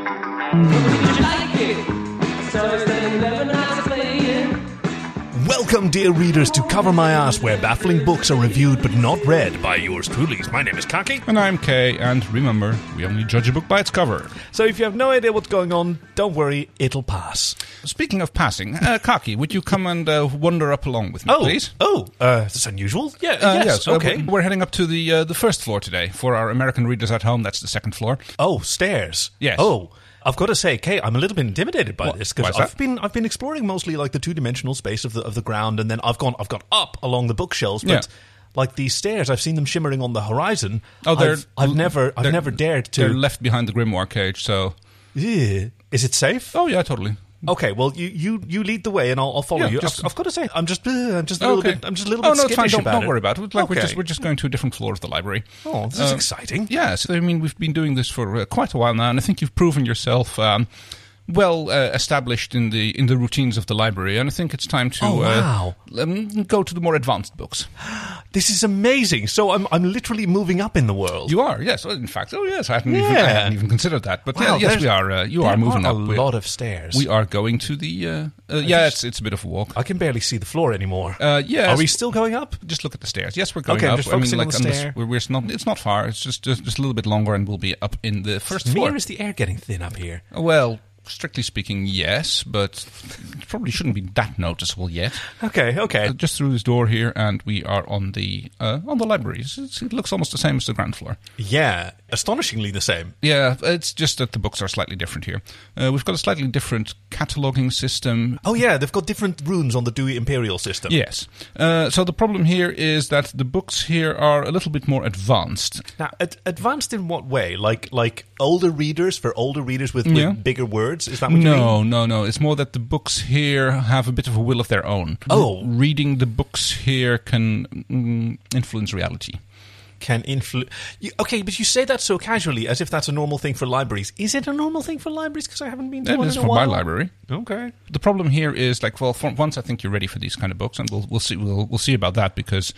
Would you like it? Thursday, 11 nights playing. Welcome, dear readers, to Cover My Ass, where baffling books are reviewed but not read by yours truly. My name is Kaki. And I'm Kay, and remember, we only judge a book by its cover. So if you have no idea what's going on, don't worry, it'll pass. Speaking of passing, uh, Kaki, would you come and uh, wander up along with me, Oh, please? oh, uh, that's unusual. Yeah, Uh, yes, uh, okay. We're heading up to the uh, the first floor today. For our American readers at home, that's the second floor. Oh, stairs. Yes. Oh, I've got to say, Kay, I'm a little bit intimidated by Wha- this why because is I've that? been I've been exploring mostly like the two dimensional space of the of the ground, and then I've gone I've gone up along the bookshelves, but. Yeah. Like these stairs, I've seen them shimmering on the horizon. Oh, they're- I've, I've never, I've they're- never dared They're to. left behind the grimoire cage, so. Yeah. Is it safe? Oh, yeah, totally. Okay, well, you, you, you lead the way, and I'll, I'll follow Yeah, you. just- I've, I've got to say, I'm just uh, I'm just a little okay. bit I'm just a little oh, bit no, it's fine. skittish Don't, about don't it. worry about it. Like, we're, Okay. just, we're just going to a different floor of the library. oh, this is Uh, exciting. Yeah, so I mean, we've been doing this for uh, quite a while now, and I think you've proven yourself um, well uh, established in the in the routines of the library. And I think it's time to Oh, wow. uh, um, go to the more advanced books. This is amazing. So I'm I'm literally moving up in the world. You are, yes. Well, in fact, oh yes, I hadn't, even, I Yeah. hadn't even considered that. But yeah, Wow, yes, there's- we are. Uh, you are there moving are up. a We're- lot of stairs. We are going to the. Uh, uh, yeah, it's it's a bit of a walk. I can barely see the floor anymore. Uh, yes. Are we still going up? Just look at the stairs. Yes, we're going Okay, I'm up. just I mean, focusing on like, the unless stair. We're, we're it's not. It's not far. It's just, just just a little bit longer, and we'll be up in the first floor. Where is the air getting thin up here? Well, strictly speaking, yes, but it probably shouldn't be that noticeable yet. Okay, okay. Uh, just through this door here, and we are on the uh, on the libraries. It's, it looks almost the same as the ground floor. yeah, astonishingly the same. Yeah, it's just that the books are slightly different here. Uh, we've got a slightly different cataloging system. Oh yeah, they've got different runes on the Dewey Imperial system. Yes. Uh, so the problem here is that the books here are a little bit more advanced. Now, ad- advanced in what way? Like like older readers for older readers with, with Yeah. bigger words? Is that what you mean? No, no, no. It's more that the books here have a bit of a will of their own. Oh. reading the books here can mm, influence reality. can influence. Okay, but you say that so casually, as if that's a normal thing for libraries. Is it a normal thing for libraries? Because I haven't been to That one is in a for my while. library. Okay. The problem here is like, well, for once I think you're ready for these kind of books, and we'll we'll see we'll we'll see about that because.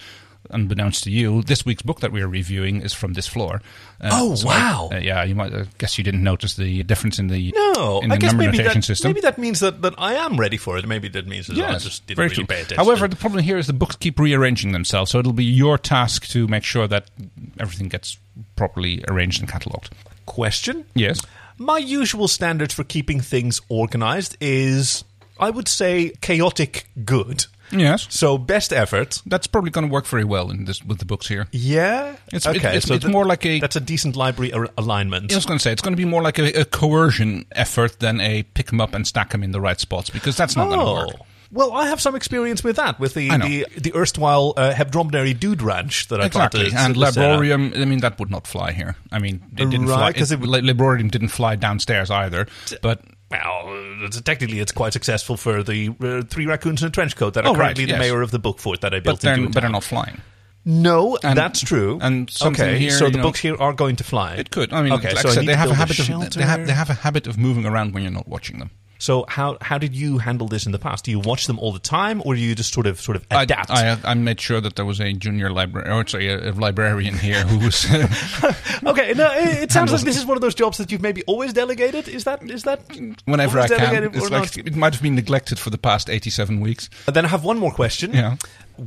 Unbeknownst to you, this week's book that we are reviewing is from this floor. Uh, Oh, I- wow. uh, yeah, you might I guess you didn't notice the difference in the No, in the I guess number maybe notation that, system. maybe that means that, that I am ready for it. Maybe that means that I Yes, just didn't very really true. pay attention. However, the problem here is the books keep rearranging themselves, so it'll be your task to make sure that everything gets properly arranged and catalogued. question: Yes. My usual standards for keeping things organized is, I would say, chaotic good. Yes. So best effort. That's probably going to work very well in this with the books here. Yeah. It's- okay. it- it's- so it's that- more like a- That's a decent library ar- alignment. I was going to say it's going to be more like a, a coercion effort than a pick them up and stack them in the right spots because that's not going to Oh. work. Well, I have some experience with that, with the Oh. I know. the, the erstwhile uh, Hebdomadary Dude Ranch that I Exactly, tried to and to set up. Librorium. I mean, that would not fly here. I mean, it didn't fly Right, 'cause because it would- Librorium didn't fly downstairs either. But Well, it's, technically, it's quite successful for the uh, three raccoons in a trench coat that Oh, are right, currently the yes. mayor of the book fort that I but built they're, into but they're not flying. No, And- that's true. and something okay, here, so you the know- books here are going to fly. It could. I mean, okay, like so I I said, need they to have a build habit of shelter. they have, they have a habit of moving around when you're not watching them. So how how did you handle this in the past? Do you watch them all the time, or do you just sort of sort of I- adapt? I, uh, I, made sure that there was a junior library, or sorry, a, a librarian here who was. okay, no, it, it sounds Handles like this is one of those jobs that you've maybe always delegated. Is that is that Whenever I always can, delegated it's or like, not? it might have been neglected for the past eighty-seven weeks. Then I have one more question. Yeah.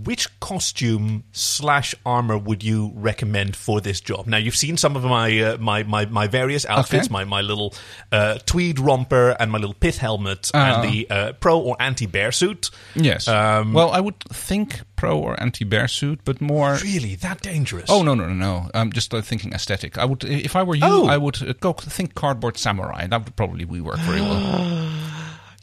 Which costume slash armor would you recommend for this job? Now you've seen some of my uh, my, my my various outfits, Okay. my my little uh, tweed romper and my little pith helmet Ah. and the uh, pro or anti bear suit. Yes. Um, well, I would think pro or anti-bear suit, but more. Really, that dangerous? Oh no no no no! I'm just uh, thinking aesthetic. I would, if I were you, Oh. I would uh, go think cardboard samurai. That would probably we work very well.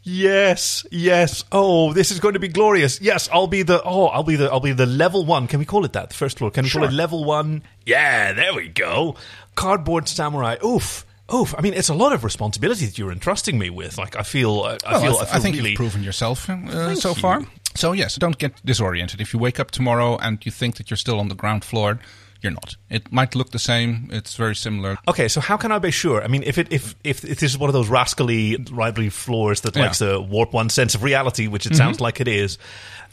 yes, yes. Oh, this is going to be glorious. Yes, I'll be the oh, I'll be the I'll be the level one. Can we call it that? The first floor. Can we Sure. call it level one? Yeah, there we go. Cardboard samurai. Oof. Oof. I mean, it's a lot of responsibility that you're entrusting me with. Like, I feel, I, I feel, Well, I, I, th- feel I think really. you've proven yourself uh, Thank so you. far. So yes, don't get disoriented. If you wake up tomorrow and you think that you're still on the ground floor, you're not. It might look the same. It's very similar. Okay, so how can I be sure? I mean, if it if if, if this is one of those rascally library floors that Yeah. Mm-hmm. likes to warp one's sense of reality, which it sounds like it is,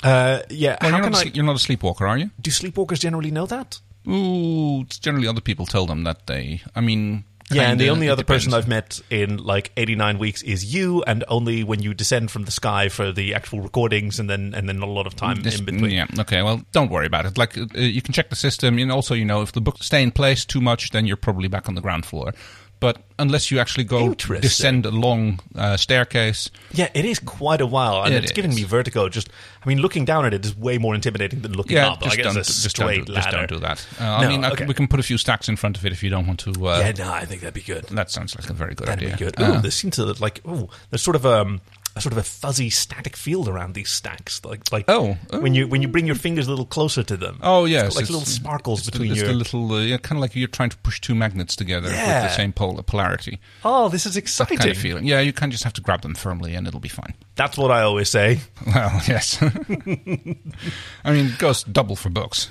uh, yeah. Well, how you're, can not I? a sle- you're not a sleepwalker, are you? do sleepwalkers generally know that? Ooh, it's generally other people tell them that they. I mean, Yeah, and the kinda- only it other person depends. I've met in like 89 weeks is you, and only when you descend from the sky for the actual recordings, and then and then not a lot of time This- in between. Yeah. Okay. Well, don't worry about it. Like uh, you can check the system, and also you know if the books stay in place too much, then you're probably back on the ground floor. But unless you actually go Interesting. descend a long uh, staircase, Yeah, it is quite a while, and It it's giving is. me vertigo. Just, I mean, looking down at it is way more intimidating than looking yeah, up. just, like don't, it's a just, don't, straight do- just ladder. don't do that. Uh, No, I mean, I c- okay. we can put a few stacks in front of it if you don't want to. Uh, Yeah, no, I think that'd be good. That sounds like a very good That'd idea. be good. Ooh, Uh, there seems to like ooh, there's sort of um, a sort of a fuzzy static field around these stacks. Like like Oh, oh. when you when you bring your fingers a little closer to them. Oh it's yes, got, like it's- little sparkles it's the- between it's your. the little, uh, yeah, kind of like you're trying to push two magnets together with Yeah. the same polar polarity. oh, this is That exciting. kind of feeling. Yeah, you kind of just have to grab them firmly, and it'll be fine. That's what I always say. Well, yes. I mean, it goes double for books.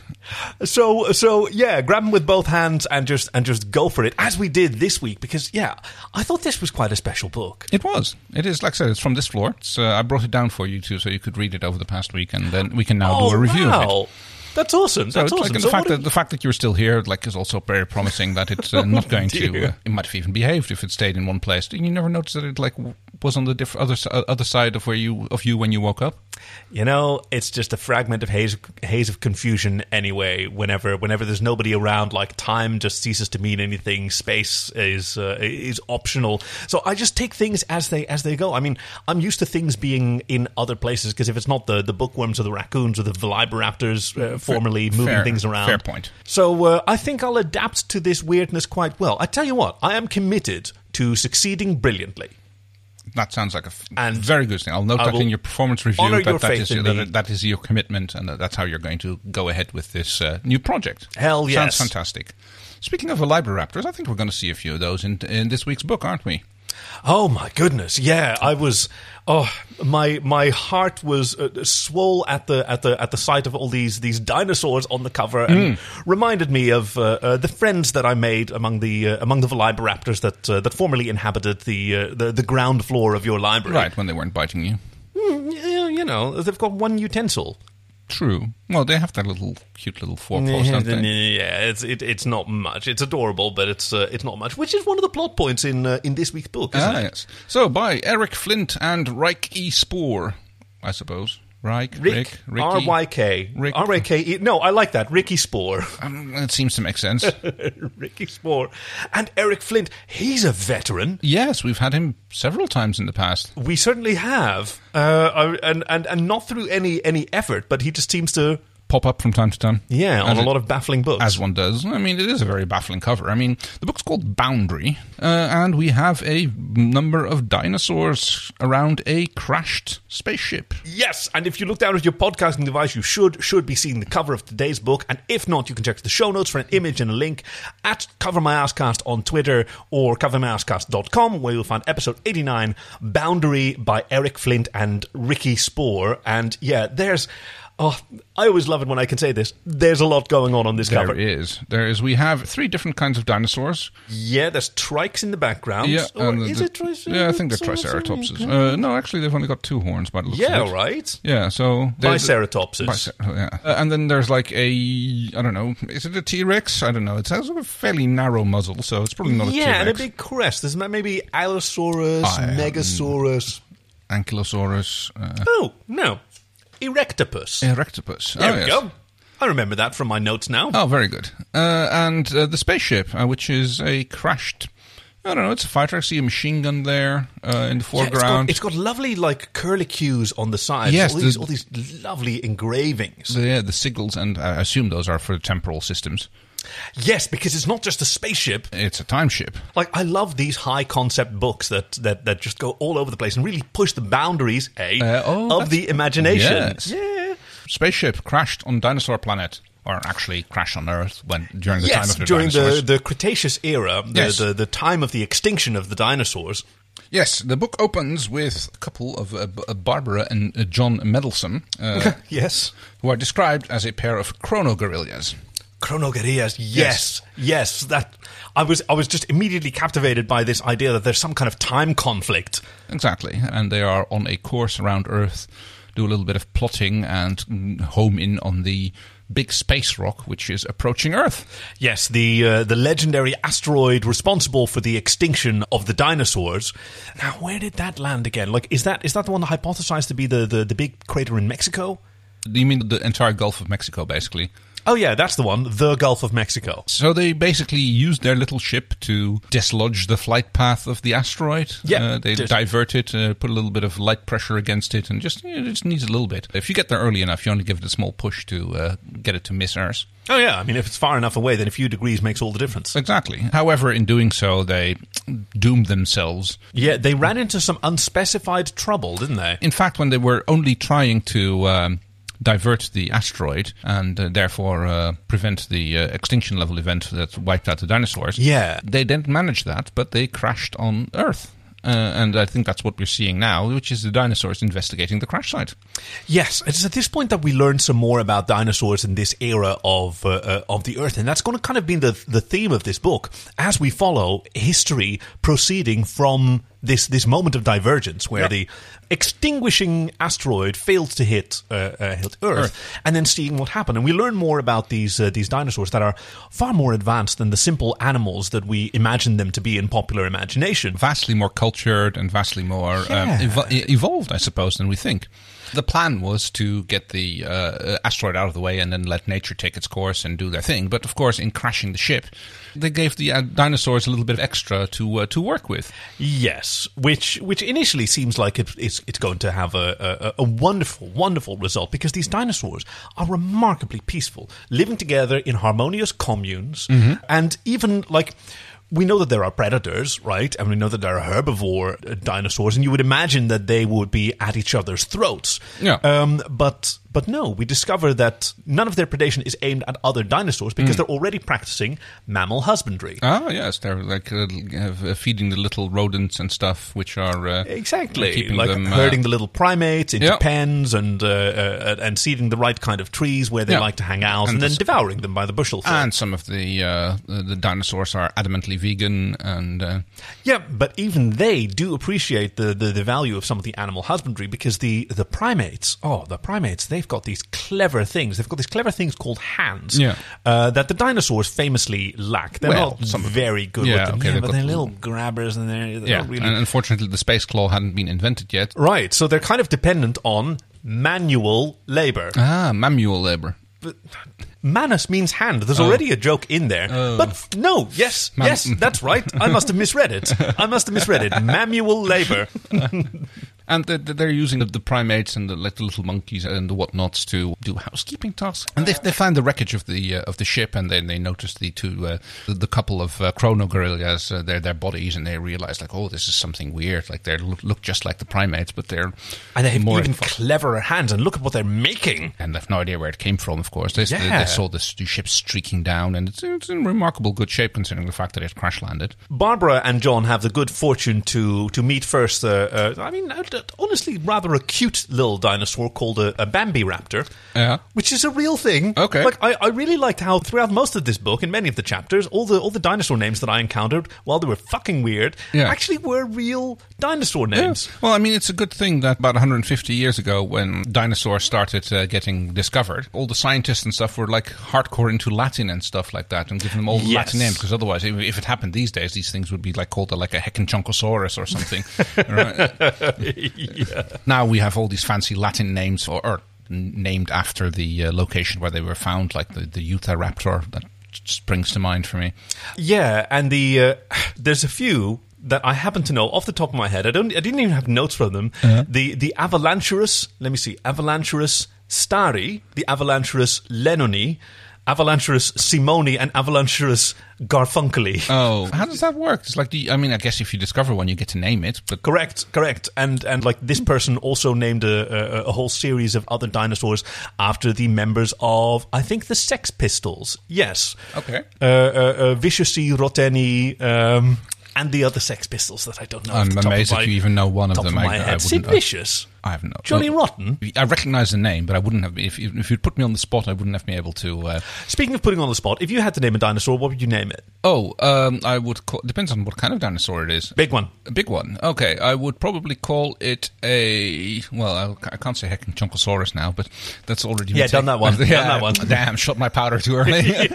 So so yeah, grab them with both hands and just and just go for it as we did this week because yeah, I thought this was quite a special book. It was. It is. Like I said, it's from this floor. It's, uh, I brought it down for you too, so you could read it over the past week, and then we can now oh do a review wow, of it. that's awesome. So That's it's awesome. like, and So the fact what that did- the fact that you're still here, like, is also very promising. That it's uh, not going to. Uh, dear. it might have even behaved if it stayed in one place. You never noticed that it like w- was on the diff- other s- uh, other side of where you of you when you woke up. You know, it's just a fragment of haze, haze of confusion. Anyway, whenever whenever there's nobody around, like time just ceases to mean anything. Space is uh, is optional. So I just take things as they as they go. I mean, I'm used to things being in other places because if it's not the the bookworms or the raccoons or the velociraptors uh, formerly moving fair- things around, fair point. So uh, I think I'll adapt to this weirdness quite well. I tell you what, I am committed to succeeding brilliantly. That sounds like a f- And very good thing. I'll note I that will in your performance review. honor That, your that faith is in me. that, that is your commitment, and that- that's how you're going to go ahead with this uh, new project. Hell yes. sounds fantastic. Speaking of Velociraptors, I think we're going to see a few of those in in this week's book, aren't we? Oh my goodness! Yeah, I was. Oh, my my heart was uh, swole at the at the at the sight of all these these dinosaurs on the cover, and reminded me of uh, uh, the friends that I made among the uh, among the Velociraptors that uh, that formerly inhabited the, uh, the the ground floor of your library. Right when they weren't biting you. Mm, yeah, you know, they've got one utensil. True. Well, they have that little cute little forepaws, don't they? Yeah, it's it, it's not much. It's adorable, but it's uh, it's not much. Which is one of the plot points in uh, in this week's book, isn't Ah, it? yes. So by Eric Flint and Reich E. Spoor, I suppose. Reich, Rick, Rick, E. Ricky. R Y K. Rick. R Y K E. No, I like that. Ricky Spore. Um, it seems to make sense. Ricky Spore. And Eric Flint. He's a veteran. yes, we've had him several times in the past. We certainly have. Uh, Uh, and, and, and not through any, any effort, but he just seems to. Pop up from time to time. Yeah, on As a it- lot of baffling books. As one does. I mean, it is a very baffling cover. I mean, the book's called Boundary, uh, and we have a number of dinosaurs around a crashed spaceship. yes, and if you look down at your podcasting device, you should should be seeing the cover of today's book. And if not, you can check the show notes for an image and a link at Cover My Asscast on Twitter or covermyasscast.com, where you'll find episode 89, Boundary by Eric Flint and Ricky Spoor. And yeah, there's. Oh, I always love it when I can say this. There's a lot going on on this There cover. is. There is. We have three different kinds of dinosaurs. Yeah, there's trikes in the background. Yeah, or and the- oh, is the- it triceratops? Yeah, I think they're triceratopses. Uh, no, actually, they've only got two horns, but it looks Yeah, like it. right. Yeah, so there's- Biceratopses. Bicer- yeah. Uh, and then there's like a I don't know, is it a T Rex? I don't know. It has a fairly narrow muzzle, so it's probably not a T Yeah, and a Rex. big crest. There's ma- maybe Allosaurus, I, um, Megasaurus. Ankylosaurus, uh, Oh no, Erectopus. Erectopus. there oh, we yes. go. I remember that from my notes now. Oh, very good. Uh, and uh, the spaceship, uh, which is a crashed. I don't know. It's a fighter. I see a machine gun there uh, in the Yeah, it's, foreground. got, it's got lovely like curlicues on the sides. Yes, all these, the- all these lovely engravings. So, yeah, the signals, and I assume those are for temporal systems. Yes, because it's not just a spaceship. It's a time ship. Like I love these high concept books that that, that just go all over the place and really push the boundaries, eh, Uh, oh, of that's- the imagination. Yes. Yeah. Spaceship crashed on dinosaur planet, or actually crashed on Earth when during the time Yes, of the during dinosaurs. the, the Cretaceous era, the, Yes. the, the time of the extinction of the dinosaurs. Yes, the book opens with a couple of uh, B- uh, Barbara and uh, John Meddlesome, uh, Yes. who are described as a pair of chrono gorillas. Chronogerias, yes, yes, That I was, I was just immediately captivated by this idea that there's some kind of time conflict. Exactly, and they are on a course around Earth, do a little bit of plotting and mm, home in on the big space rock which is approaching Earth. Yes, the uh, the legendary asteroid responsible for the extinction of the dinosaurs. Now, where did that land again? Like, is that is that the one that hypothesized to be the, the, the big crater in Mexico? Do You mean the entire Gulf of Mexico, basically? Oh yeah, that's the one. The Gulf of Mexico. So they basically used their little ship to dislodge the flight path of the asteroid. Yeah. Uh, they Just- divert it, uh, put a little bit of light pressure against it, and just you know, it just needs a little bit. If you get there early enough, you only give it a small push to uh, get it to miss Earth. Oh yeah, I mean, if it's far enough away, then a few degrees makes all the difference. Exactly. However, in doing so, they doomed themselves. Yeah, they ran into some unspecified trouble, didn't they? In fact, when they were only trying to um, divert the asteroid and uh, therefore uh, prevent the uh, extinction level event that wiped out the dinosaurs, Yeah. they didn't manage that, but they crashed on Earth. Uh, and I think that's what we're seeing now, which is the dinosaurs investigating the crash site. Yes, it's at this point that we learn some more about dinosaurs in this era of uh, uh, of the Earth, and that's going to kind of be the the theme of this book as we follow history proceeding from this this moment of divergence where Yeah. the extinguishing asteroid failed to hit uh, uh, hit Earth, and then seeing what happened, and we learn more about these uh, these dinosaurs that are far more advanced than the simple animals that we imagine them to be in popular imagination. Vastly more cultured and vastly more Yeah. um, evo- e- evolved, I suppose, than we think. The plan was to get the uh, uh, asteroid out of the way and then let nature take its course and do their thing. But of course, in crashing the ship, they gave the uh, dinosaurs a little bit of extra to uh, to work with. Yes, which which initially seems like it, it's it's going to have a, a a wonderful wonderful result because these dinosaurs are remarkably peaceful, living together in harmonious communes, and even like. We know that there are predators, right? And we know that there are herbivore uh, dinosaurs, and you would imagine that they would be at each other's throats. Yeah. Um, but but no, we discover that none of their predation is aimed at other dinosaurs because they're already practicing mammal husbandry. Ah, yes, they're like uh, uh, feeding the little rodents and stuff, which are uh, Exactly, keeping like them, uh, herding the little primates into Yeah. pens and uh, uh, and seeding the right kind of trees where they Yeah. like to hang out, and, And then this- devouring them by the bushel. And some of the uh, the dinosaurs are adamantly vegan, and uh, yeah, but even they do appreciate the, the, the value of some of the animal husbandry because the the primates, oh, the primates, they've got these clever things. They've got these clever things called hands, Yeah. uh, that the dinosaurs famously lack. They're Well, not some of them. very good Yeah, with them, okay, yeah, they've but got they're little- little grabbers and they're, they're yeah, not really and unfortunately the space claw hadn't been invented yet. right. So they're kind of dependent on manual labor. Ah, manual labor. Manus means hand. There's already a joke in there. But f- no, yes, Mam- yes, that's right. I must have misread it. I must have misread it. Manual labor. And the, the, they're using the, the primates and the, like the little monkeys and the whatnots to do housekeeping tasks. And they, they find the wreckage of the uh, of the ship, and then they notice the two uh, the, the couple of uh, chrono gorillas, uh, their their bodies, and they realize like, oh, this is something weird. Like they look, look just like the primates, but they're And they have more even advanced. cleverer hands. And look at what they're making. and they have no idea where it came from. Of course, they, they- Yeah. they saw this the ship streaking down, and it's, it's in remarkable good shape considering the fact that it crash landed. Barbara and John have the good fortune to to meet first. Uh, uh, I mean, uh, d- honestly, rather a cute little dinosaur called a, a Bambi raptor, Yeah. which is a real thing. Okay. like I, I really liked how throughout most of this book, in many of the chapters, all the all the dinosaur names that I encountered, while they were fucking weird, Yeah. actually were real dinosaur names. Well, I mean, it's a good thing that about 150 years ago, when dinosaurs started uh, getting discovered, all the scientists and stuff were like hardcore into Latin and stuff like that, and giving them all Yes. Latin names because otherwise, if, if it happened these days, these things would be like called uh, like a Heckenchonkosaurus or something. right? Now we have all these fancy Latin names, or, or n- named after the uh, location where they were found, like the the Utah raptor that springs to mind for me. Yeah, and the uh, there's a few that I happen to know off the top of my head. I don't. I didn't even have notes for them. The the Avalanchurus. Let me see. Avalanchurus stari. The Avalanchurus lenoni. Avalanchurus simoni and Avalanchurus garfunkeli. Oh, how does that work? It's like, do you, I mean, I guess if you discover one, you get to name it, but Correct, correct, and and like this person also named a, a, a whole series of other dinosaurs after the members of I think the Sex Pistols. Yes, Okay. uh, uh, uh, Viciously, Roteni, um, and the other Sex Pistols that I don't know. off I'm the top amazed of my, that you even know one of top them. Of I- my I head. Sid wouldn't- uh, Oh. I- Vicious. I have not. Johnny Rotten? I recognize the name, but I wouldn't have. If, if you'd put me on the spot, I wouldn't have been able to. Uh, Speaking of putting on the spot, if you had to name a dinosaur, what would you name it? oh, um, I would. Call, depends on what kind of dinosaur it is. Big one. A big one. Okay, I would probably call it a. Well, I, I can't say heckin' chunkosaurus now, but that's already. been Yeah, done taken- that one. Done that one. Damn, shot my powder too early.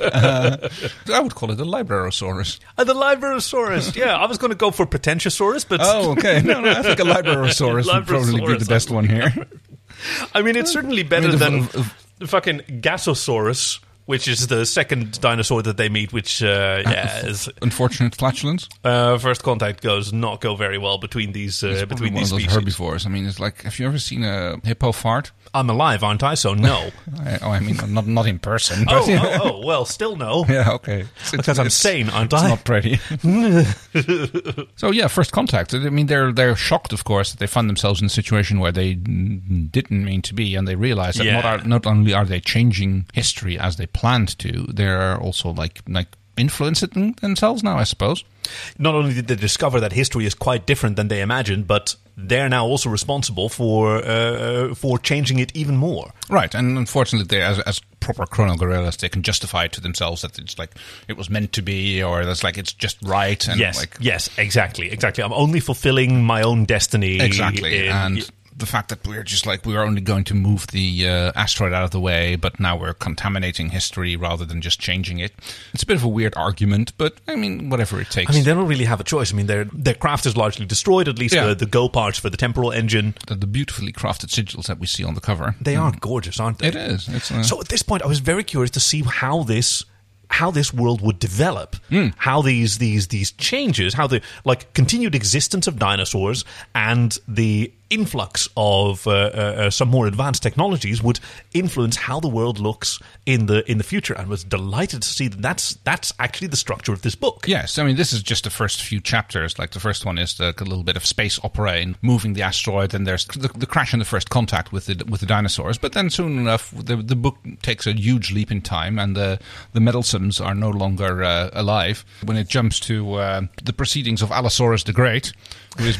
Uh, I would call it a librosaurus. Uh, the Librosaurus. yeah, I was going to go for Pretentiosaurus, but Oh, okay. No, no, I think a librosaurus would probably be Librosaurus, the best I one here. I mean, it's certainly better the- than v- v- the fucking Gasosaurus, which is the second dinosaur that they meet, which, uh, yeah, is, Unfortunate flatulence. uh, first contact goes not go very well between these, uh, Probably between one these of those species. herbivores. I mean, it's like, have you ever seen a hippo fart? I'm alive, aren't I? So no. I, oh, I mean, not not in person. But oh, oh, oh, well, still no. Yeah, okay. Because I'm sane, aren't It's I? not pretty. so yeah, first contact. I mean, they're they're shocked, of course, that they find themselves in a situation where they mm, didn't mean to be, and they realize that not Yeah. are, not only are they changing history as they planned to, they're also like like influencing themselves now, I suppose. Not only did they discover that history is quite different than they imagined, but they're now also responsible for uh, for changing it even more. Right, and unfortunately, they, as, as proper chrono gorillas, they can justify it to themselves that it's like it was meant to be, or that's like it's just right, and yes, like yes, exactly, exactly. I'm only fulfilling my own destiny. exactly, in- and. the fact that we're just like we are only going to move the uh, asteroid out of the way, but now we're contaminating history rather than just changing it. It's a bit of a weird argument, but I mean, whatever it takes. I mean, they don't really have a choice. I mean, their their craft is largely destroyed. At least Yeah. the, the go parts for the temporal engine. the, the beautifully crafted sigils that we see on the cover. They are gorgeous, aren't they? Hmm. It is. It's uh, So at this point, I was very curious to see how this how this world would develop, Hmm. how these these these changes, how the like continued existence of dinosaurs and the influx of uh, uh, uh, some more advanced technologies would influence how the world looks in the in the future. And was delighted to see that that's that's actually the structure of this book. Yes, I mean this is just the first few chapters. Like the first one is like a little bit of space opera in moving the asteroid, and there's the, the crash and the first contact with the with the dinosaurs. But then soon enough, the the book takes a huge leap in time, and the the meddlesomes are no longer uh, alive. When it jumps to uh, the proceedings of Allosaurus the Great, who is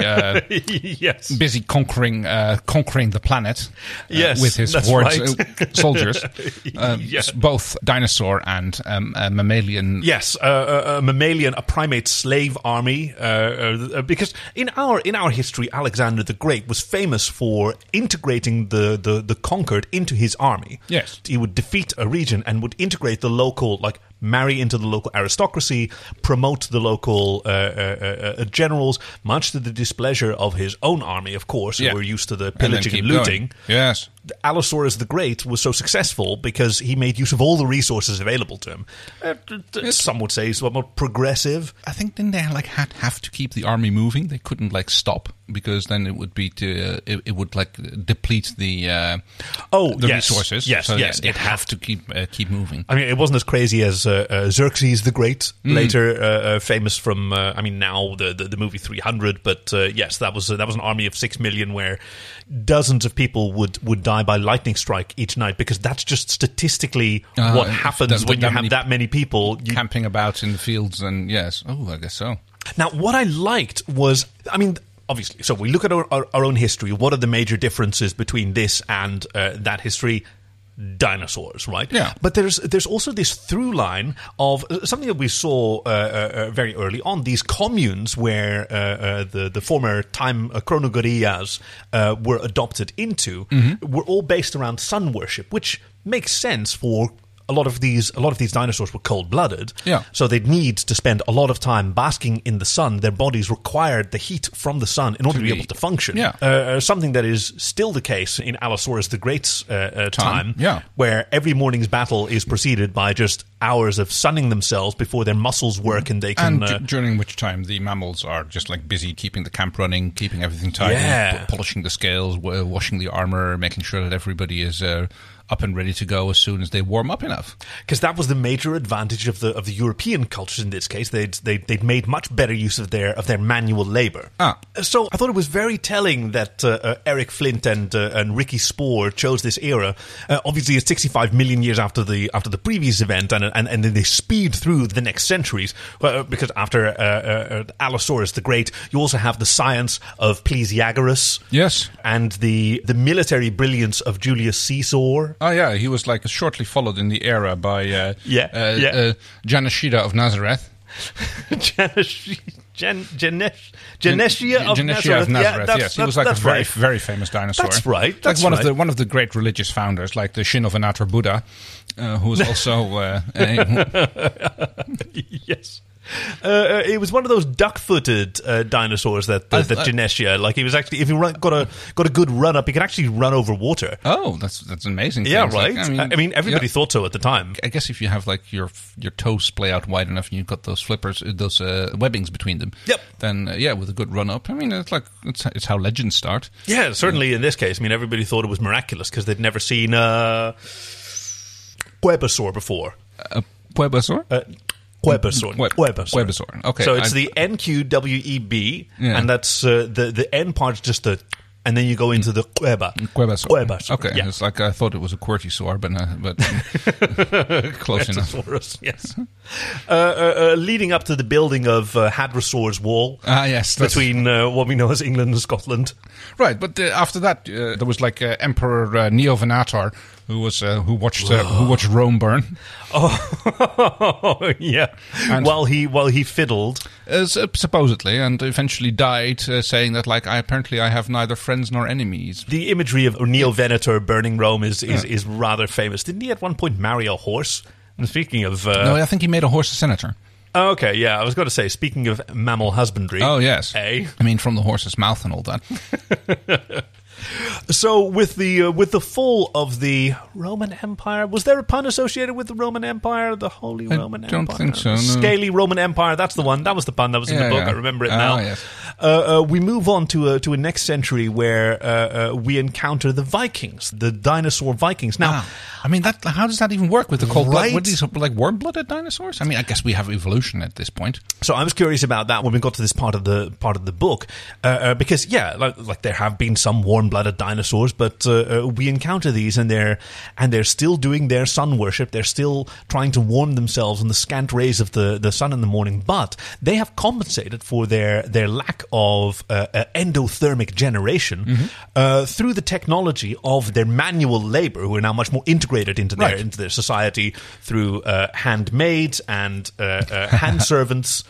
Uh, yes. Busy conquering, uh, conquering the planet uh, Yes, with his that's wards, right. uh, soldiers, uh, Yeah. both dinosaur and um, uh, mammalian Yes, uh, uh, a mammalian, a primate slave army. Uh, uh, because in our in our history, Alexander the Great was famous for integrating the, the, the conquered into his army. Yes. he would defeat a region and would integrate the local, like marry into the local aristocracy, promote the local uh, uh, uh, uh, generals, much to the displeasure of his own army, of course, Yeah. who were used to the and then pillaging and, keep going. looting. Yes. Allosaurus the Great was so successful because he made use of all the resources available to him. Uh, t- t- Some would say somewhat progressive. I think then they like had have to keep the army moving. They couldn't like stop because then it would be to uh, it, it would like deplete the uh, Oh, the yes. resources. Yes, so yes, they, it would have to keep uh, keep moving. I mean, it wasn't as crazy as uh, uh, Xerxes the Great, later uh, uh, famous from. Uh, I mean, now the, the the movie 300, but uh, yes, that was that was an army of six million where dozens of people would would die by lightning strike each night because that's just statistically Uh, what if happens that- when that you have many- Ah, that many people. You Camping about in the fields and yes, oh, I guess so. Now, what I liked was, I mean, obviously, so we look at our, our, our own history. What are the major differences between this and uh, that history? Dinosaurs, right? Yeah. But there's there's also this through line of uh, something that we saw uh, uh, uh, very early on these communes where uh, uh, the the former time uh, chronogorillas uh, were adopted into Mm-hmm. were all based around sun worship, which makes sense for a lot of these a lot of these dinosaurs were cold blooded. Yeah. So they'd need to spend a lot of time basking in the sun. Their bodies required the heat from the sun in order to, be, be- able to function. Yeah. Uh, uh, something that is still the case in Allosaurus the Great's uh, uh, time, yeah. where every morning's battle is preceded by just hours of sunning themselves before their muscles work and they can. And uh, d- during which time the mammals are just like busy keeping the camp running, keeping everything tidy, Yeah. po- polishing the scales, w- uh, washing the armor, making sure that everybody is uh, up and ready to go as soon as they warm up enough. because that was the major advantage of the of the European cultures in this case. They'd, they'd they'd made much better use of their of their manual labor. Uh, Ah. So I thought it was very telling that uh, uh, Eric Flint and uh, and Ricky Spohr chose this era. Uh, obviously, it's 65 million years after the after the previous event, and and and, and then they speed through the next centuries. Well, uh, because after uh, uh, uh, Allosaurus the Great, you also have the science of Plesiagoras. Yes. and the the military brilliance of Julius Caesar. Oh yeah, he was like shortly followed in the era by uh, Yeah, uh, yeah. Uh, Janashida of Nazareth. Janesh, Jan, Janesh, Janeshia of Janeshia Nazareth. of Nazareth. that's- yes, he that's- was like a that's very, right. very famous dinosaur. That's right, that's like one right. of the one of the great religious founders, like the Shinovanatra Buddha, uh, who was also uh, a- yes. Uh, uh, it was one of those duck-footed uh, dinosaurs that that, that I- Janesia. Like he was actually, if he run, got a got a good run up, he could actually run over water. oh, that's that's amazing. Yeah, things. Like, right. I mean, everybody yeah. thought so at the time. I guess if you have like your your toes splay out wide enough and you've got those flippers, uh, those uh, webbings between them. Yep. Then uh, yeah, with a good run up. I mean, it's like it's, it's how legends start. Yeah, certainly in this case. I mean, everybody thought it was miraculous because they'd never seen a Quebesaur before. A puebasaur. Uh, Quebesaur. Queb- Quebesaur. Okay, So it's I- the N Q W E B, Yeah. and that's uh, the the N part's just the, and then you go into the Queba. Quebasaur. Quebesaur. Okay, Yeah. it's like I thought it was a quertisaur, but uh, but close enough. Hadrosaurus, yes. uh, uh, uh, leading up to the building of uh, Hadrosaur's Wall Ah, yes, that's- between uh, what we know as England and Scotland. Right, but uh, after that, uh, there was like uh, Emperor uh, Neovenator, who was uh, who watched uh, who watched Rome burn. Oh, yeah. And- while he while he fiddled, uh, sup- supposedly, and eventually died, uh, saying that like I apparently I have neither friends nor enemies. the imagery of Neo Venator burning Rome is is, is rather famous. Didn't he at one point marry a horse? And speaking of, uh, no, I think he made a horse a senator. okay, yeah, I was going to say. Speaking of mammal husbandry, Oh yes, eh? I mean from the horse's mouth and all that. So with the uh, with the fall of the Roman Empire, was there a pun associated with the Roman Empire, the Holy Roman don't Empire? think so, The no. Scaly Roman Empire. That's the one. That was the pun that was in Yeah, the book. yeah. I remember it Ah, now. yes. Uh, uh, we move on to a, to a next century where uh, uh, we encounter the Vikings, the dinosaur Vikings. Now. Ah, I mean that. How does that even work with the cold blood? Right. Were these like warm-blooded dinosaurs? I mean, I guess we have evolution at this point. So I was curious about that when we got to this part of the part of the book, uh, uh, because yeah, like, like there have been some warm-blooded dinosaurs, but uh, uh, we encounter these and they're and they're still doing their sun worship. They're still trying to warm themselves in the scant rays of the, the sun in the morning, but they have compensated for their their lack of uh, uh, endothermic generation uh, through the technology of their manual labor, who are now much more integrated into their Right. into their society through uh, handmaids and uh, uh, hand servants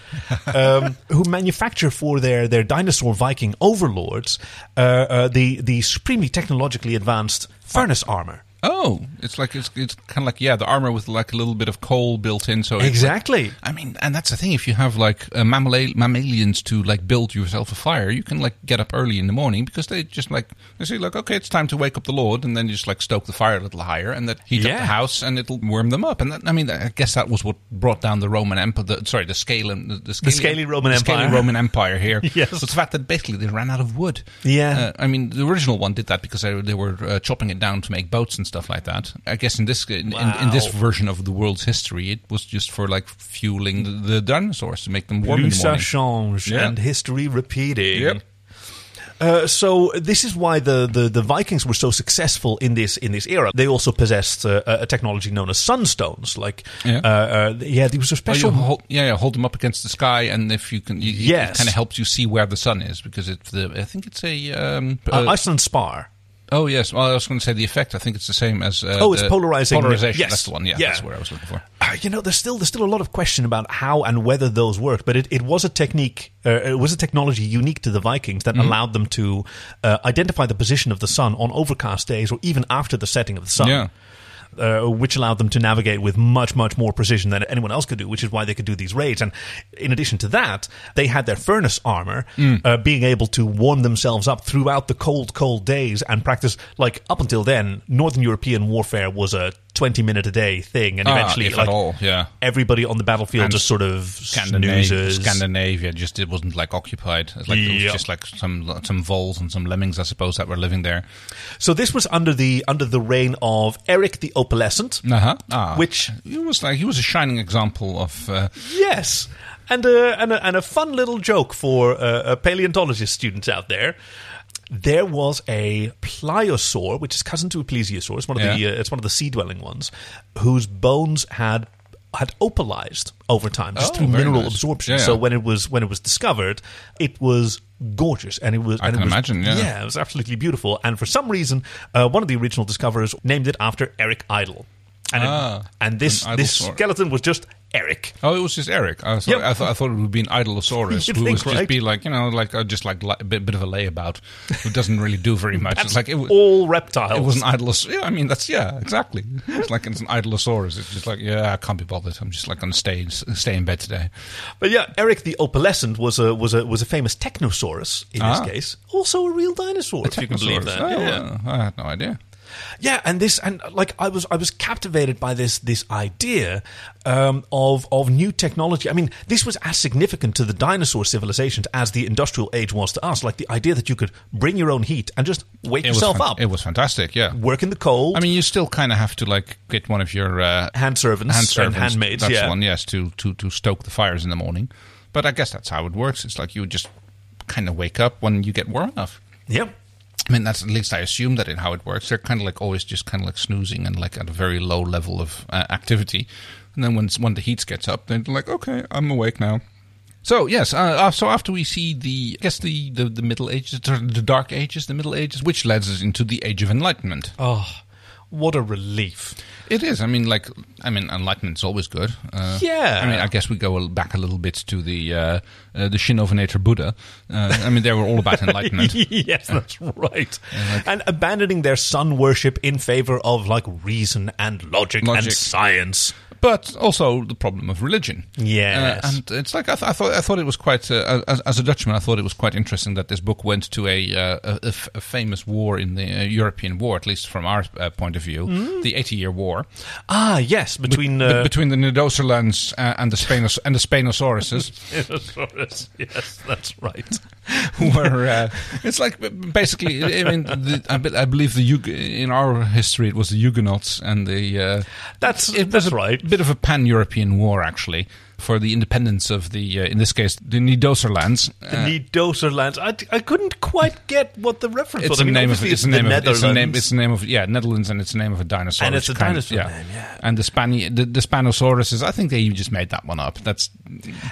um, who manufacture for their, their dinosaur Viking overlords uh, uh, the the supremely technologically advanced furnace armor. Oh, it's like it's, it's kind of like yeah, the armor with like a little bit of coal built in. So it's like- Exactly. I mean, and that's the thing. If you have like uh, mammala- mammalians to like build yourself a fire, you can like get up early in the morning because they just like they say like, okay, it's time to wake up the Lord, and then you just like stoke the fire a little higher, and that heat up Yeah. the house, and it'll warm them up. And that, I mean, I guess that was what brought down the Roman Empire. The, sorry, the scale and the, the, scaly Roman the scaly Empire. Roman Empire here. Yes. was the fact that basically they ran out of wood. Yeah. Uh, I mean, the original one did that because they, they were uh, chopping it down to make boats and stuff like that. I guess in this in, in, in this Wow. version of the world's history, it was just for like fueling the, the dinosaurs to make them warm in Plus the ça morning. change Yeah. and history repeating. Yep. Uh, so this is why the, the, the Vikings were so successful in this in this era. They also possessed uh, a a technology known as sunstones. Like, Yeah. uh, uh, yeah, there was a Oh, you special hold, yeah, yeah, hold them up against the sky, and if you can, you, you- Yes. it kind of helps you see where the sun is because it's the. I think it's a. Um, uh, uh, Iceland spar. oh yes, well, I was going to say the effect. I think it's the same as. Uh, Oh, it's the polarizing. Polarization. Yes. That's the one. Yeah, Yeah. that's what I was looking for. Uh, you know, there's still there's still a lot of question about how and whether those worked, but it, it was a technique, uh, it was a technology unique to the Vikings that allowed them to uh, identify the position of the sun on overcast days or even after the setting of the sun. Yeah. Uh, which allowed them to navigate with much, much more precision than anyone else could do, which is why they could do these raids. And in addition to that, they had their furnace armor, uh, being able to warm themselves up throughout the cold, cold days and practice. Like, up until then, Northern European warfare was a 20 minute a day thing. And Ah, eventually, if like, at all, yeah. everybody on the battlefield And just sort of Scandinavia, snoozes. Scandinavia just it wasn't like occupied. It's Like it Yeah. was just like some some voles and some lemmings, I suppose, that were living there. so this was under the under the reign of Eric the Opalescent, Uh-huh. Ah. which He was like he was a shining example of uh, yes, and a, and a, and a fun little joke for uh, uh, paleontologist students out there. There was a pliosaur, which is cousin to a plesiosaur. It's one of the Yeah. uh, it's one of the sea dwelling ones, whose bones had had opalized over time just Oh, through very mineral nice. absorption. Yeah, So yeah. when it was when it was discovered, it was gorgeous and it was I and it can was- imagine, yeah. yeah it was absolutely beautiful and for some reason uh, one of the original discoverers named it after Eric Idle and it- Ah, and this an idol this sort. skeleton was just Eric Oh, it was just Eric. I thought, Yep. I, thought I thought it would be an Idolosaurus You'd who think, would right? just be like, you know, like uh, just like li- a bit, bit of a layabout who doesn't really do very much. it's like it, w- all reptiles it was an Idolosaurus. Yeah, I mean, that's, yeah, exactly. It's like it's an Idolosaurus. It's just like, yeah, I can't be bothered. I'm just like going to stay, in- stay in bed today. But yeah, Eric the opalescent was a was a was a famous technosaurus in Ah. this case, also a real dinosaur, if you can believe that. Oh, yeah. well, I had no idea. yeah, and this and like I was I was captivated by this this idea um, of of new technology. I mean, this was as significant to the dinosaur civilizations as the industrial age was to us. Like the idea that you could bring your own heat and just wake It was yourself fan- up, It was fantastic, yeah. work in the cold. I mean, you still kind of have to like get one of your uh, Hand servants hand and servants, handmaids, That's yeah. the one, yes, to, to to stoke the fires in the morning. But I guess that's how it works. It's like you just kind of wake up when you get warm enough. yeah. I mean, that's at least I assume that in how it works. They're kind of like always just kind of like snoozing and like at a very low level of uh, activity. And then when when the heat gets up, they're like, okay, I'm awake now. So yes, uh, uh, so after we see the, I guess the, the, the Middle Ages, the the Dark Ages, the Middle Ages, which leads us into the Age of Enlightenment. Oh, what a relief. It is. I mean, like, I mean, enlightenment's always good. Uh, Yeah. I mean, I guess we go a- back a little bit to the uh, uh, the Shinovenator Buddha. Uh, I mean, they were all about enlightenment. yes, that's right. and abandoning their sun worship in favor of like reason and logic, Logic. and science. but also the problem of religion. Yes. Uh, and it's like I, th- I thought. I thought it was quite. Uh, as, as a Dutchman, I thought it was quite interesting that this book went to a uh, a, a f- a famous war in the uh, European War, at least from our uh, point of view, Mm. the Eighty Year War Ah, yes, between be- uh, between the Nidocerlands uh, and the Spanos- and the Spanosauruses. dinosaurs. Yes, that's right. were uh, it's like b- basically I mean the, I, be, I believe the Hug- in our history it was the Huguenots and the uh, That's it was that's a right. bit of a pan-European war actually for the independence of the uh, in this case the Uh, Nidoserlands The Nidoser lands. I, I couldn't quite get what the reference it's was. the I mean, name of obviously it's the name of it's the name Netherlands. it's the name of yeah Netherlands and it's the name of a dinosaur And it's which a dinosaur name, yeah. and the Spani the, the Spanosauruses I think they just made that one up that's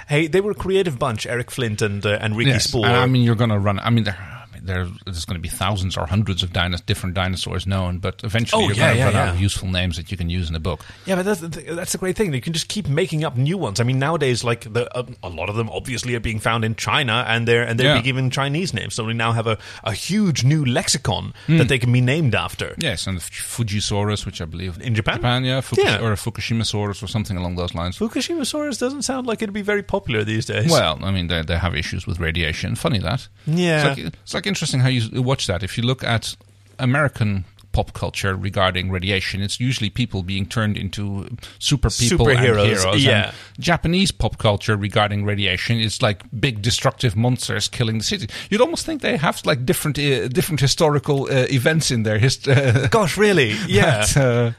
hey, they were a creative bunch, Eric Flint and uh, and Ricky Yes, Ah, Spoor. I mean, you're going to run. I mean, there, I mean, there, there's going to be thousands or hundreds of dinos, different dinosaurs known, but eventually Oh, you're yeah, going to yeah, run out yeah. of useful names that you can use in a book. Yeah, but that's the, th- that's the great thing. You can just keep making up new ones. I mean, nowadays, like the, um, a lot of them obviously are being found in China, and they're and they're Yeah. being given Chinese names. So we now have a, a huge new lexicon Hmm. that they can be named after. Yes, and the Fu- Fujisaurus, which I believe In Japan? yeah, Fuku- Yeah. or a Fukushimasaurus or something along those lines. Fukushimasaurus doesn't sound like it'd be very popular these days. Well, I mean, they, they have issues with radiation. Funny that. Yeah. It's like, it's like interesting how you watch that. If you look at American pop culture regarding radiation, it's usually people being turned into super people Superheroes, and heroes. yeah. And Japanese pop culture regarding radiation is like big destructive monsters killing the city. You'd almost think they have like different uh, different historical uh, events in their history. gosh, really? Yeah. uh,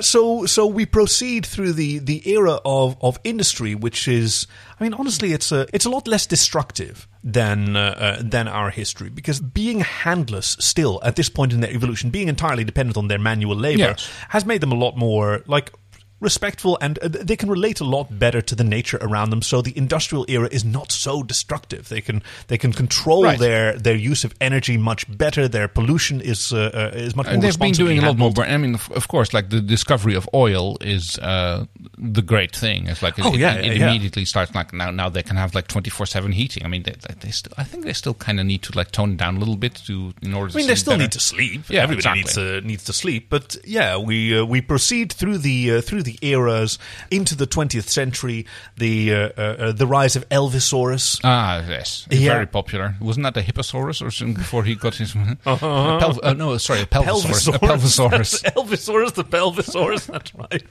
so so we proceed through the the era of of industry which is i mean honestly it's a it's a lot less destructive than uh, uh, than our history because being handless still at this point in their evolution being entirely dependent on their manual labor Yes. has made them a lot more like respectful and uh, they can relate a lot better to the nature around them so the industrial era is not so destructive they can they can control Right. their their use of energy much better their pollution is uh, uh, is much more And they've been responsibly doing a lot handled. more. bra- I mean, of, of course, like the discovery of oil is uh, the great thing. It's like Oh, it, yeah, it, yeah, it yeah. immediately starts like now. Now they can have like twenty four seven heating. I mean, they, they, they still, I think they still kind of need to like tone it down a little bit to in order. I mean, they to sleep still better. need to sleep. Yeah, Everybody exactly. needs to needs to sleep. But yeah, we uh, we proceed through the uh, through the eras into the 20th century. The uh, uh, uh, the rise of Elvisaurus. Ah, yes, Yeah. very popular. Wasn't that a hipposaurus or something before he got his? Uh-huh. a pelv- uh, no, sorry, a pelvisaurus. A pelvisaurus. That's Elvisaurus, the Pelvisaurus, that's right.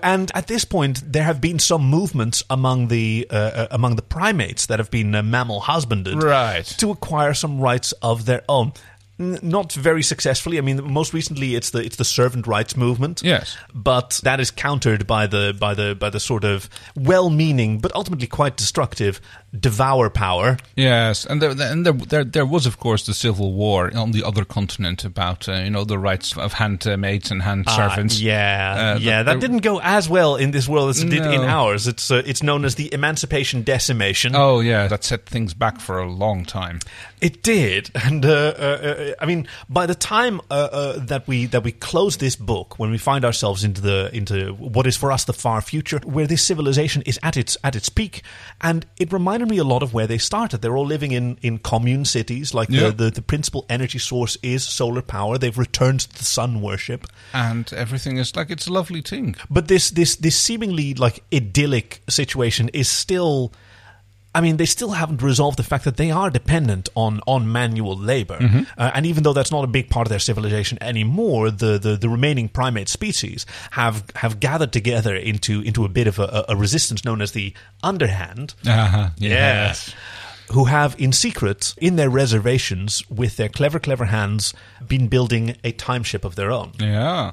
And at this point, there have been some movements among the uh, uh, among the primates that have been uh, mammal husbanded, Right. to acquire some rights of their own. N- not very successfully. I mean, most recently it's the it's the servant rights movement. Yes. but that is countered by the by the by the sort of well-meaning but ultimately quite destructive devour power. Yes, and there, there- and there, there, there was of course the civil war on the other continent about uh, you know the rights of handmaids and hand servants. Ah, yeah, Uh, yeah. That there- didn't go as well in this world as it did in No. ours. It's uh, it's known as the Emancipation Decimation. Oh yeah, that set things back for a long time. It did, and uh, uh, uh, I mean, by the time uh, uh, that we that we close this book, when we find ourselves into the into what is for us the far future, where this civilization is at its at its peak, and it reminded me a lot of where they started. They're all living in in commune cities. Like Yeah. the, the the principal energy source is solar power. They've returned to the sun worship. and everything is like it's a lovely thing. But this this this seemingly like idyllic situation is still I mean, they still haven't resolved the fact that they are dependent on, on manual labor. Uh, and even though that's not a big part of their civilization anymore, the, the, the remaining primate species have have gathered together into into a bit of a, a a resistance known as the Underhand. Uh-huh. Who have, in secret, in their reservations, with their clever, clever hands, been building a time ship of their own Yeah.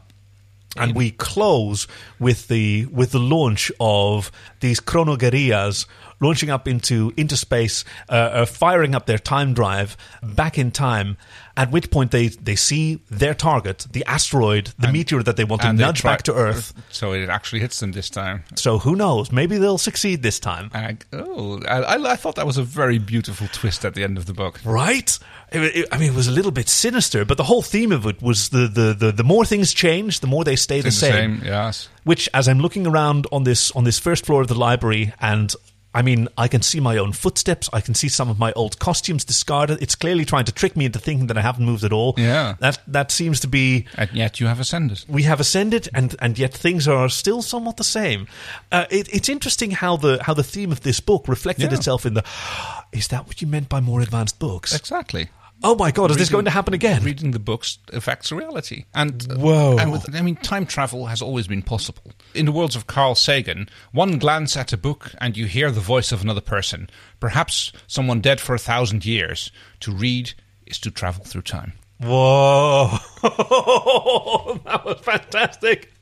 and we close with the with the launch of these chronogerias launching up into into space, uh, uh, firing up their time drive back in time. At which point they they see their target, the asteroid, the meteor that they want to they nudge try- back to Earth. So it actually hits them this time. So who knows? Maybe they'll succeed this time, I, oh, I, I- I thought that was a very beautiful twist at the end of the book. right? It- it- I mean, it was a little bit sinister, but the whole theme of it was the the the, the more things change, the more they stay the It's the same. same, yes. which as I'm looking around on this on this first floor of the library and I mean, I can see my own footsteps. I can see some of my old costumes discarded. It's clearly trying to trick me into thinking that I haven't moved at all. Yeah. that that seems to be. And yet you have ascended. We have ascended, and and yet things are still somewhat the same. Uh, it, it's interesting how the how the theme of this book reflected Yeah. itself in the. Is that what you meant by more advanced books? Exactly. oh my god, is this going to happen again? Reading the books affects reality. And Whoa. And with, I mean, time travel has always been possible. In the words of Carl Sagan, one glance at a book and you hear the voice of another person, perhaps someone dead for a thousand years. To read is to travel through time. Whoa. that was fantastic.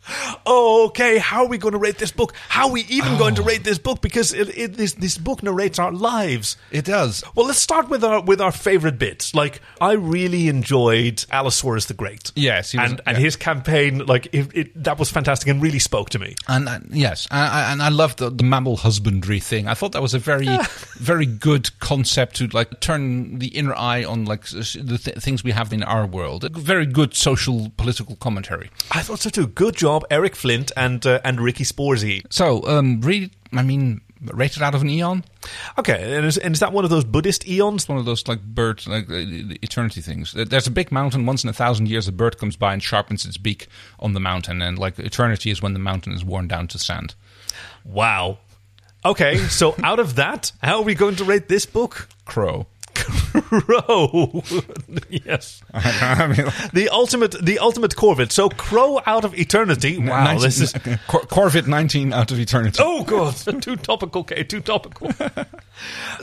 Okay, how are we going to rate this book? How are we even going to Oh. rate this book? Because it, it, this, this book narrates our lives. It does. Well, let's start with our with our favorite bits. Like, I really enjoyed Allosaurus the Great. Yes, he was- and and yeah. his campaign, like, it, it, that was fantastic and really spoke to me. And uh, yes, I, I- and I love the, the mammal husbandry thing. I thought that was a very, very good concept to like turn the inner eye on like s- the th- things we have in our world. A very good social political commentary. I thought so too. Good job, Eric Flint and uh, and Ricky Sporzy. So, um, read. I mean, rated out of an eon. Okay, and is, and is that one of those Buddhist eons? It's one of those like bird, like uh, eternity things. There- There's a big mountain. Once in a thousand years, a bird comes by and sharpens its beak on the mountain, and like eternity is when the mountain is worn down to sand. Wow. Okay, so out of that, how are we going to rate this book? Crow. Crow. yes. I mean, The ultimate the ultimate Corvid. So Crow out of Eternity. Wow, 19 this is Cor- Corvid 19 out of eternity. Oh god, too topical, Kay, too topical.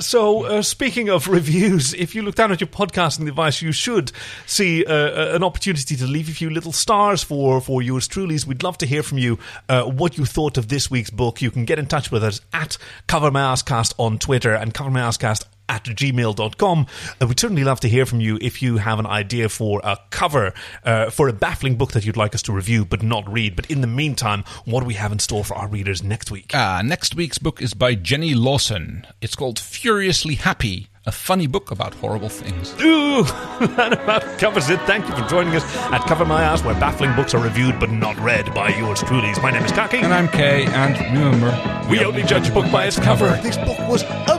so, uh, speaking of reviews, if you look down at your podcasting device, you should see uh, uh, an opportunity to leave a few little stars for for yours truly's. We'd love to hear from you uh, what you thought of this week's book. You can get in touch with us at Cover My Ass Cast on Twitter and Cover My Ass Cast at gmail.com. Uh, we'd certainly love to hear from you if you have an idea for a cover uh, for a baffling book that you'd like us to review but not read. But in the meantime, what do we have in store for our readers next week? Ah, next week's book is by Jenny Lawson. It's called Furiously Happy, a funny book about horrible things. Ooh, that about covers it. Thank you for joining us at Cover My Ass, where baffling books are reviewed but not read by yours truly. My name is Kaki. And I'm Kay, and remember, we only judge a book by its cover. This book was amazing.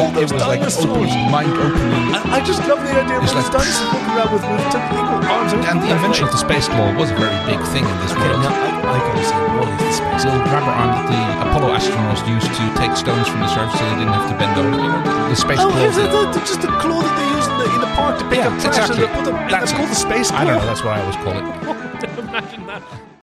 All those it was like dinosaurs. opening, mind opening. I, I just love the idea of It's all these like- dinosaurs walking around with, with technical arms. It was And the invention of the space claw was a very big thing in this Okay, world. now I, I gotta say, what is this space? The little grabber arm that the Apollo astronauts used to take stones from the surface so they didn't have to bend over. You know, the space Oh, claw. here's the, the, just the claw that they use in the, in the park to pick Yeah, up trash. And they exactly. put them, that's That's called the space claw. I don't know, that's what I always call it. Imagine that.